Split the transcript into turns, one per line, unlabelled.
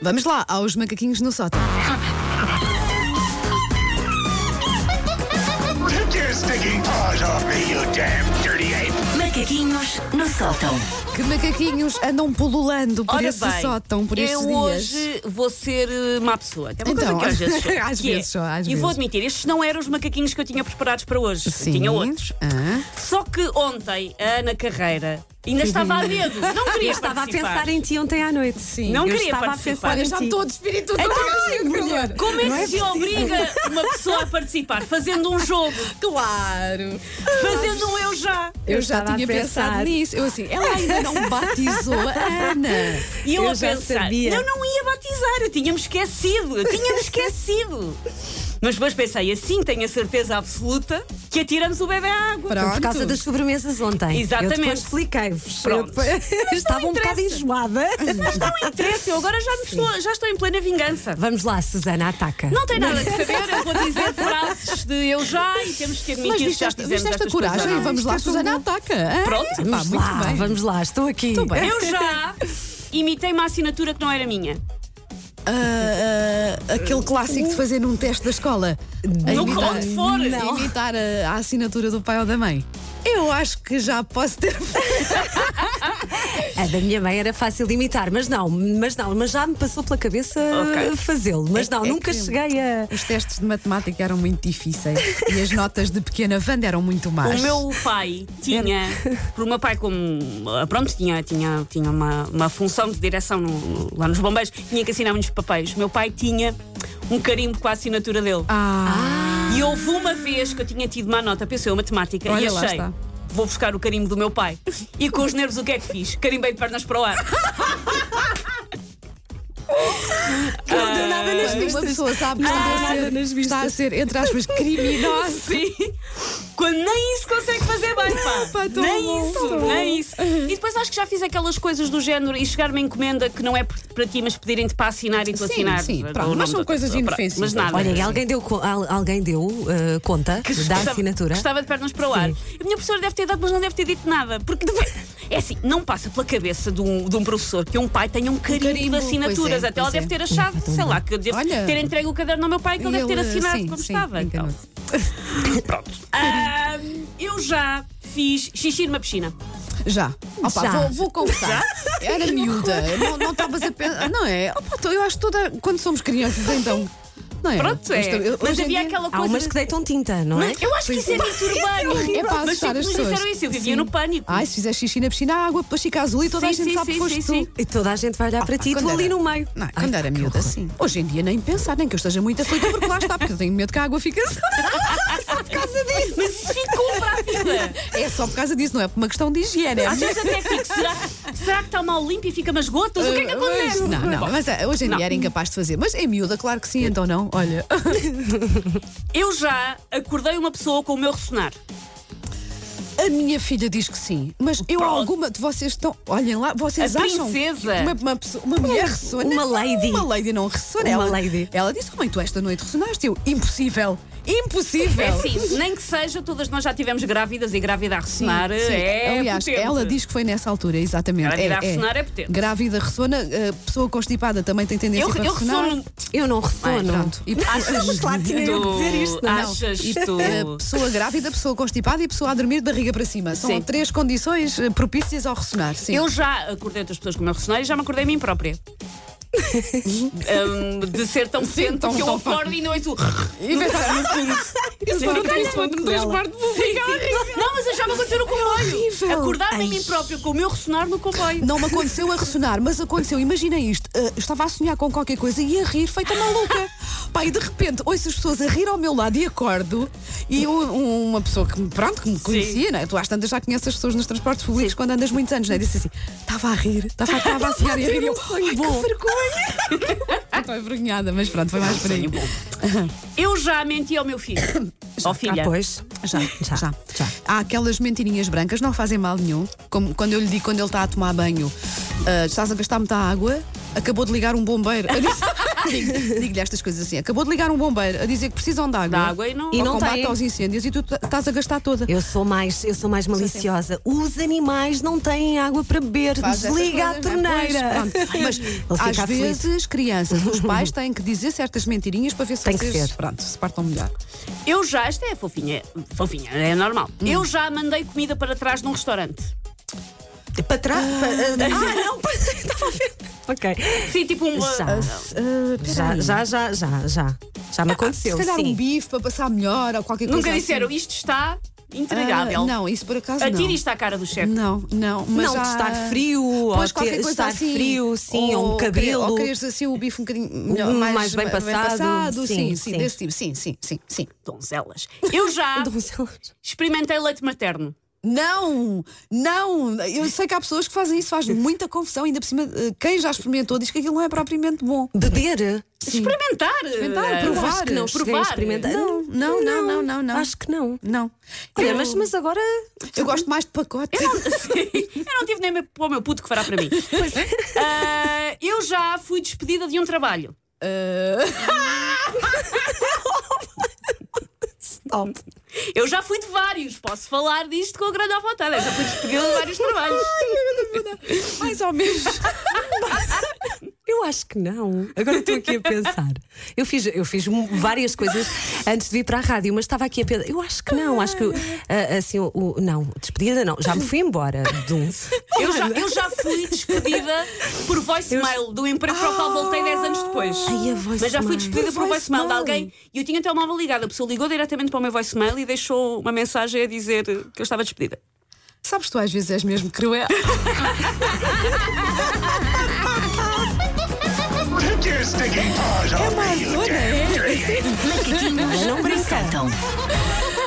Vamos lá, aos macaquinhos no sótão.
Take your stinking paws off me, you damn dirty ape!
Macaquinhos no sótão.
Que macaquinhos andam pululando por
Olha
esse
bem,
sotão, por estes
eu
dias.
hoje vou ser eh, má pessoa. que É uma
Então,
coisa que
às
às vezes sou, que é,
vezes só, às
E vou
vezes.
admitir, estes não eram os macaquinhos que eu tinha preparados para hoje. Eu
Sim.
tinha outros.
Ah.
Só que ontem, a Ana Carreira ainda estava a medo. Não queria
Estava a
participar.
pensar em ti ontem à noite. Sim.
Não
eu
queria
estava
participar.
a
Olha, já
pensar em ti.
estou de espírito todo cagado, mulher.
Então, Como é que
Não
se obriga uma pessoa a participar? Fazendo um jogo.
Claro.
Fazendo um eu já.
Eu,
Eu
já
estava a
tinha pensado
pensar.
nisso. Eu assim, ela ainda não batizou a Ana.
E eu,
Eu
a
já
pensar,
sabia.
eu não ia batizar, eu tinha-me esquecido, eu tinha-me esquecido. Mas depois pensei, assim tenho a certeza absoluta que atiramos o bebê à água.
Pronto.
Por causa das sobremesas ontem.
Exatamente.
Eu depois expliquei-vos. Eu
Pronto.
depois- Estava um bocado enjoada.
Não interessa, eu agora já, me estou, já estou em plena vingança.
Vamos lá, Susana, ataca.
Não tem nada que saber, eu vou dizer frases de eu já e temos que admitir
Mas
que já
viste,
fizemos
viste esta
estas coisas
coragem?
ou não.
Vamos lá,
Isto é
Susana,
tudo.
ataca. ah?
Pronto,
Epá,
Vamos
muito
lá,
bem.
vamos lá, estou aqui.
Estou bem.
é? Eu já imitei uma assinatura que não era minha.
Ah, ah, aquele clássico de fazer num teste da escola. A
No onde for.
Não. Imitar a, a assinatura do pai ou da mãe. Eu acho que já posso ter feito.
A da minha mãe era fácil de imitar, mas não, mas não, mas já me passou pela cabeça
Ok.
fazê-lo. Mas não,
é
nunca
que-
cheguei a.
Os testes de matemática eram muito difíceis e as notas de pequena Wanda eram muito más.
O meu pai tinha, por o meu pai como ah, pronto, tinha, tinha, tinha uma, uma função de direção no- no- lá nos bombeiros, tinha que assinar muitos papéis. O meu pai tinha um carimbo com a assinatura dele.
Ah,
E houve uma vez que eu tinha tido má nota, pensei, eu matemática,
Olha,
e
lá
achei.
está.
Vou buscar o carimbo do meu pai. E com os nervos o que é que fiz? Carimbei de pernas para o ar.
Não deu nada nas
uma
vistas.
pessoa sabe que está,
Ah,
a
nada
ser,
nas
está a
vistas.
ser, entre aspas, criminosa.
Sim. Quando nem isso consegue fazer bem, pá.
Pá, tão
nem
bom,
isso,
tão bom.
nem isso. E depois acho que já fiz aquelas coisas do género e chegar uma encomenda que não é para ti, mas pedirem-te para assinar e tu
Sim,
assinar.
sim,
O
pronto,
nome
mas são
da-
coisas
pronto,
inofensivas.
Mas nada.
Olha, e alguém deu, co- al- alguém deu uh, conta da
Gostava-
assinatura?
Gostava de pernas para o ar. A minha professora deve ter dado, mas não deve ter dito nada. Porque depois. É assim, não passa pela cabeça de um, de um professor que um pai tenha um carimbo,
carimbo,
de assinaturas.
pois é,
Até ela
pois
deve
é.
ter achado, sei lá, que eu devo
Olha.
ter entregue o caderno ao meu pai que ele Então deve ter
Ele,
assinado
sim,
como
sim,
estava. Então,
enganou-se.
Ah, eu já fiz xixi numa piscina.
Já. Opa,
Já.
Vou, vou confessar. Era miúda. Não- Não estavas a pensar. Não é? Opa, então eu acho que toda. Quando somos crianças, então. Não é?
Pronto, é.
Esta- eu-
Mas
hoje em
havia
dia- é
aquela
Há
coisa.
umas que deitam tinta, não é?
Mas eu acho que isso é muito urbano.
É para
Mas
assustar
sempre
as
nos
pessoas.
disseram isso, eu vivia
Sim.
no pânico.
Ai, se fizer xixi na piscina, a água depois fica azul e toda a
Sim,
gente
sim,
sabe que
sim,
foste
sim,
tu.
sim.
E toda a gente vai olhar para ti e
Ah, quando
tu ali
era-
no meio.
Não,
Ai,
quando era miúda, sim. Hoje em dia nem pensar, nem que eu esteja muito aflita, porque lá está, porque eu tenho medo que a água fique assim. azul. por causa disso.
Mas isso ficou para a vida.
É só por causa disso, não é por uma questão de higiene. é
Às vezes até fico, será, será que está mal limpo e fica umas gotas? O que é que
Mas-
acontece?
Eh, Uh, Não, não,
Bom,
mas ah, hoje em
não.
dia era incapaz de fazer. Mas em miúda, claro que sim, então não. Olha,
Eu já acordei uma pessoa com o meu ressonar.
a minha filha diz que sim, mas eu
Pronto.
alguma de vocês estão. Olhem lá, vocês
A
acham.
princesa.
que Uma, uma, pessoa- uma mulher ressona.
uma
Não,
lady.
Uma lady não ressona.
Uma
ela,
lady.
Ela disse, oh, mãe, tu esta noite ressonaste. Eu, impossível.
É
Impossível.
assim, nem que seja, todas nós já tivemos grávidas e grávida a ressonar
Sim,
é.
Aliás,
potente.
ela diz que foi nessa altura, exatamente.
Grávida a ressonar é potente.
Grávida ressona, eh, pessoa constipada também tem tendência
Eu,
para
eu
ressonar.
ressono.
Eu não ressono.
Pronto. E achas
Claro, tinha eu que dizer isto.
Tu
não.
achas
E,
tu.
eh, pessoa grávida, pessoa constipada e pessoa a dormir de barriga para cima. São
Sim.
três condições eh, propícias ao ressonar. Sim.
Eu já acordei outras pessoas com o meu ressonar e já me acordei a mim própria. Hum, de ser tão cedo
tão-
que eu
tão fa-
acordo e não ouço.
E pensar, no fundo. Isso
Eu
foi o que
tenho
isso foi
muito
de
dela.
transporte público.
Sim, sim. Não, mas eu já me aconteceu no comboio.
É horrível.
Acordar-me a
Ai.
mim próprio com o meu ressonar no comboio.
Não me aconteceu a ressonar, mas aconteceu. Imagina isto. eh, eu estava a sonhar com qualquer coisa e a rir, feita maluca. Pá, e de repente ouço as pessoas a rir ao meu lado e acordo. E eu, um- uma pessoa que, me- pronto, que me conhecia, né? tu às tantas já conheces as pessoas nos transportes públicos quando andas muitos anos, né? disse assim: estava a rir, estava estava a sonhar e a rir. E eu, "Ai, que vergonha! Estou envergonhada, mas pronto, foi mais por aí.
Eu já menti ao meu filho. Ó filha.
Ah, pois.
Já, já,
Já,
já,
já.
Há aquelas mentirinhas brancas, não fazem mal nenhum. Como quando eu lhe digo, quando ele está a tomar banho, ah, estás a gastar muita água, acabou de ligar um bombeiro. Eu disse, Digo- Digo-lhe estas coisas assim. Acabou de ligar um bombeiro a dizer que precisam de água.
Da água e não-
né? e
E
não
não
combate
têm.
aos incêndios e tu t- estás a gastar toda.
Eu sou mais, eu sou mais maliciosa. Os animais não têm água para beber.
Faz essas
Desliga a
coisas, não é?
torneira.
Pois, pronto. Mas
Ele
às
fica aflito.
vezes, crianças, os pais têm que dizer certas mentirinhas para ver se
Tem que
vocês
ser.
Pronto, se partam melhor.
Eu já, esta é fofinha, fofinha, é normal.
Hum.
Eu já mandei comida para trás num restaurante.
Para trás. para- Ah, não, para- estava a ver. Ok.
Sim, tipo um.
ah,
Já. Já, já, já, já, já. Já me aconteceu.
se calhar
sim.
um bife para passar melhor ou qualquer coisa.
Nunca disseram,
assim.
isto está
Ah,
intragável.
Não, isso por acaso não.
Atire isto à cara do chefe.
Não, não, mas
não,
já-
de estar frio, ou
Pois,
ter-
qualquer coisa
estar
assim.
frio, sim, ou um
querer-
cabelo.
Ou quereres assim o bife um bocadinho melhor,
mais bem passado.
sim, sim,
Sim, sim.
desse tipo, sim, sim, sim, sim.
Donzelas. Eu já
Donzelas.
experimentei leite materno.
Não, não, eu sei que há pessoas que fazem isso, faz muita confusão, ainda por cima, eh, quem já experimentou diz que aquilo não é propriamente bom.
Beber?
Experimentar.
Experimentar,
eh,
provar.
Eu acho que não, cheguei a
provar.
experimentar.
Não, não, não, não, não, não.
Acho que não.
Não.
Olha,
Eu-
mas, mas agora.
Eu gosto mais de pacote.
Eu não, Sim, eu não tive nem para o meu puto que fará para mim. Ah, eu já fui despedida de um trabalho.
Eh.
Top.
Eu já fui de vários. Posso falar disto com a grande à vontade. Eu já fui despedida de vários trabalhos.
Mais ou menos.
Eu acho que não. Agora estou aqui a pensar. Eu fiz, eu fiz m- várias coisas antes de vir para a rádio, mas estava aqui a pensar. Eu acho que não. Acho que. ah, assim, o, o- não, despedida não. Já me fui embora de um.
Eu já, eu já fui despedida por voicemail do emprego para o qual voltei 10 anos depois.
Ai, a
Mas já fui
voicemail.
despedida por
Por
voicemail de
voicemail.
alguém e eu tinha o telemóvel ligado. A pessoa ligou diretamente para o meu voicemail e deixou uma mensagem a dizer que eu estava despedida.
Sabes, tu às vezes és mesmo cruel.
Take your stinking paws off me, you
Olha,
damn
é.
dirty ape!
Macaquinhos no sótão.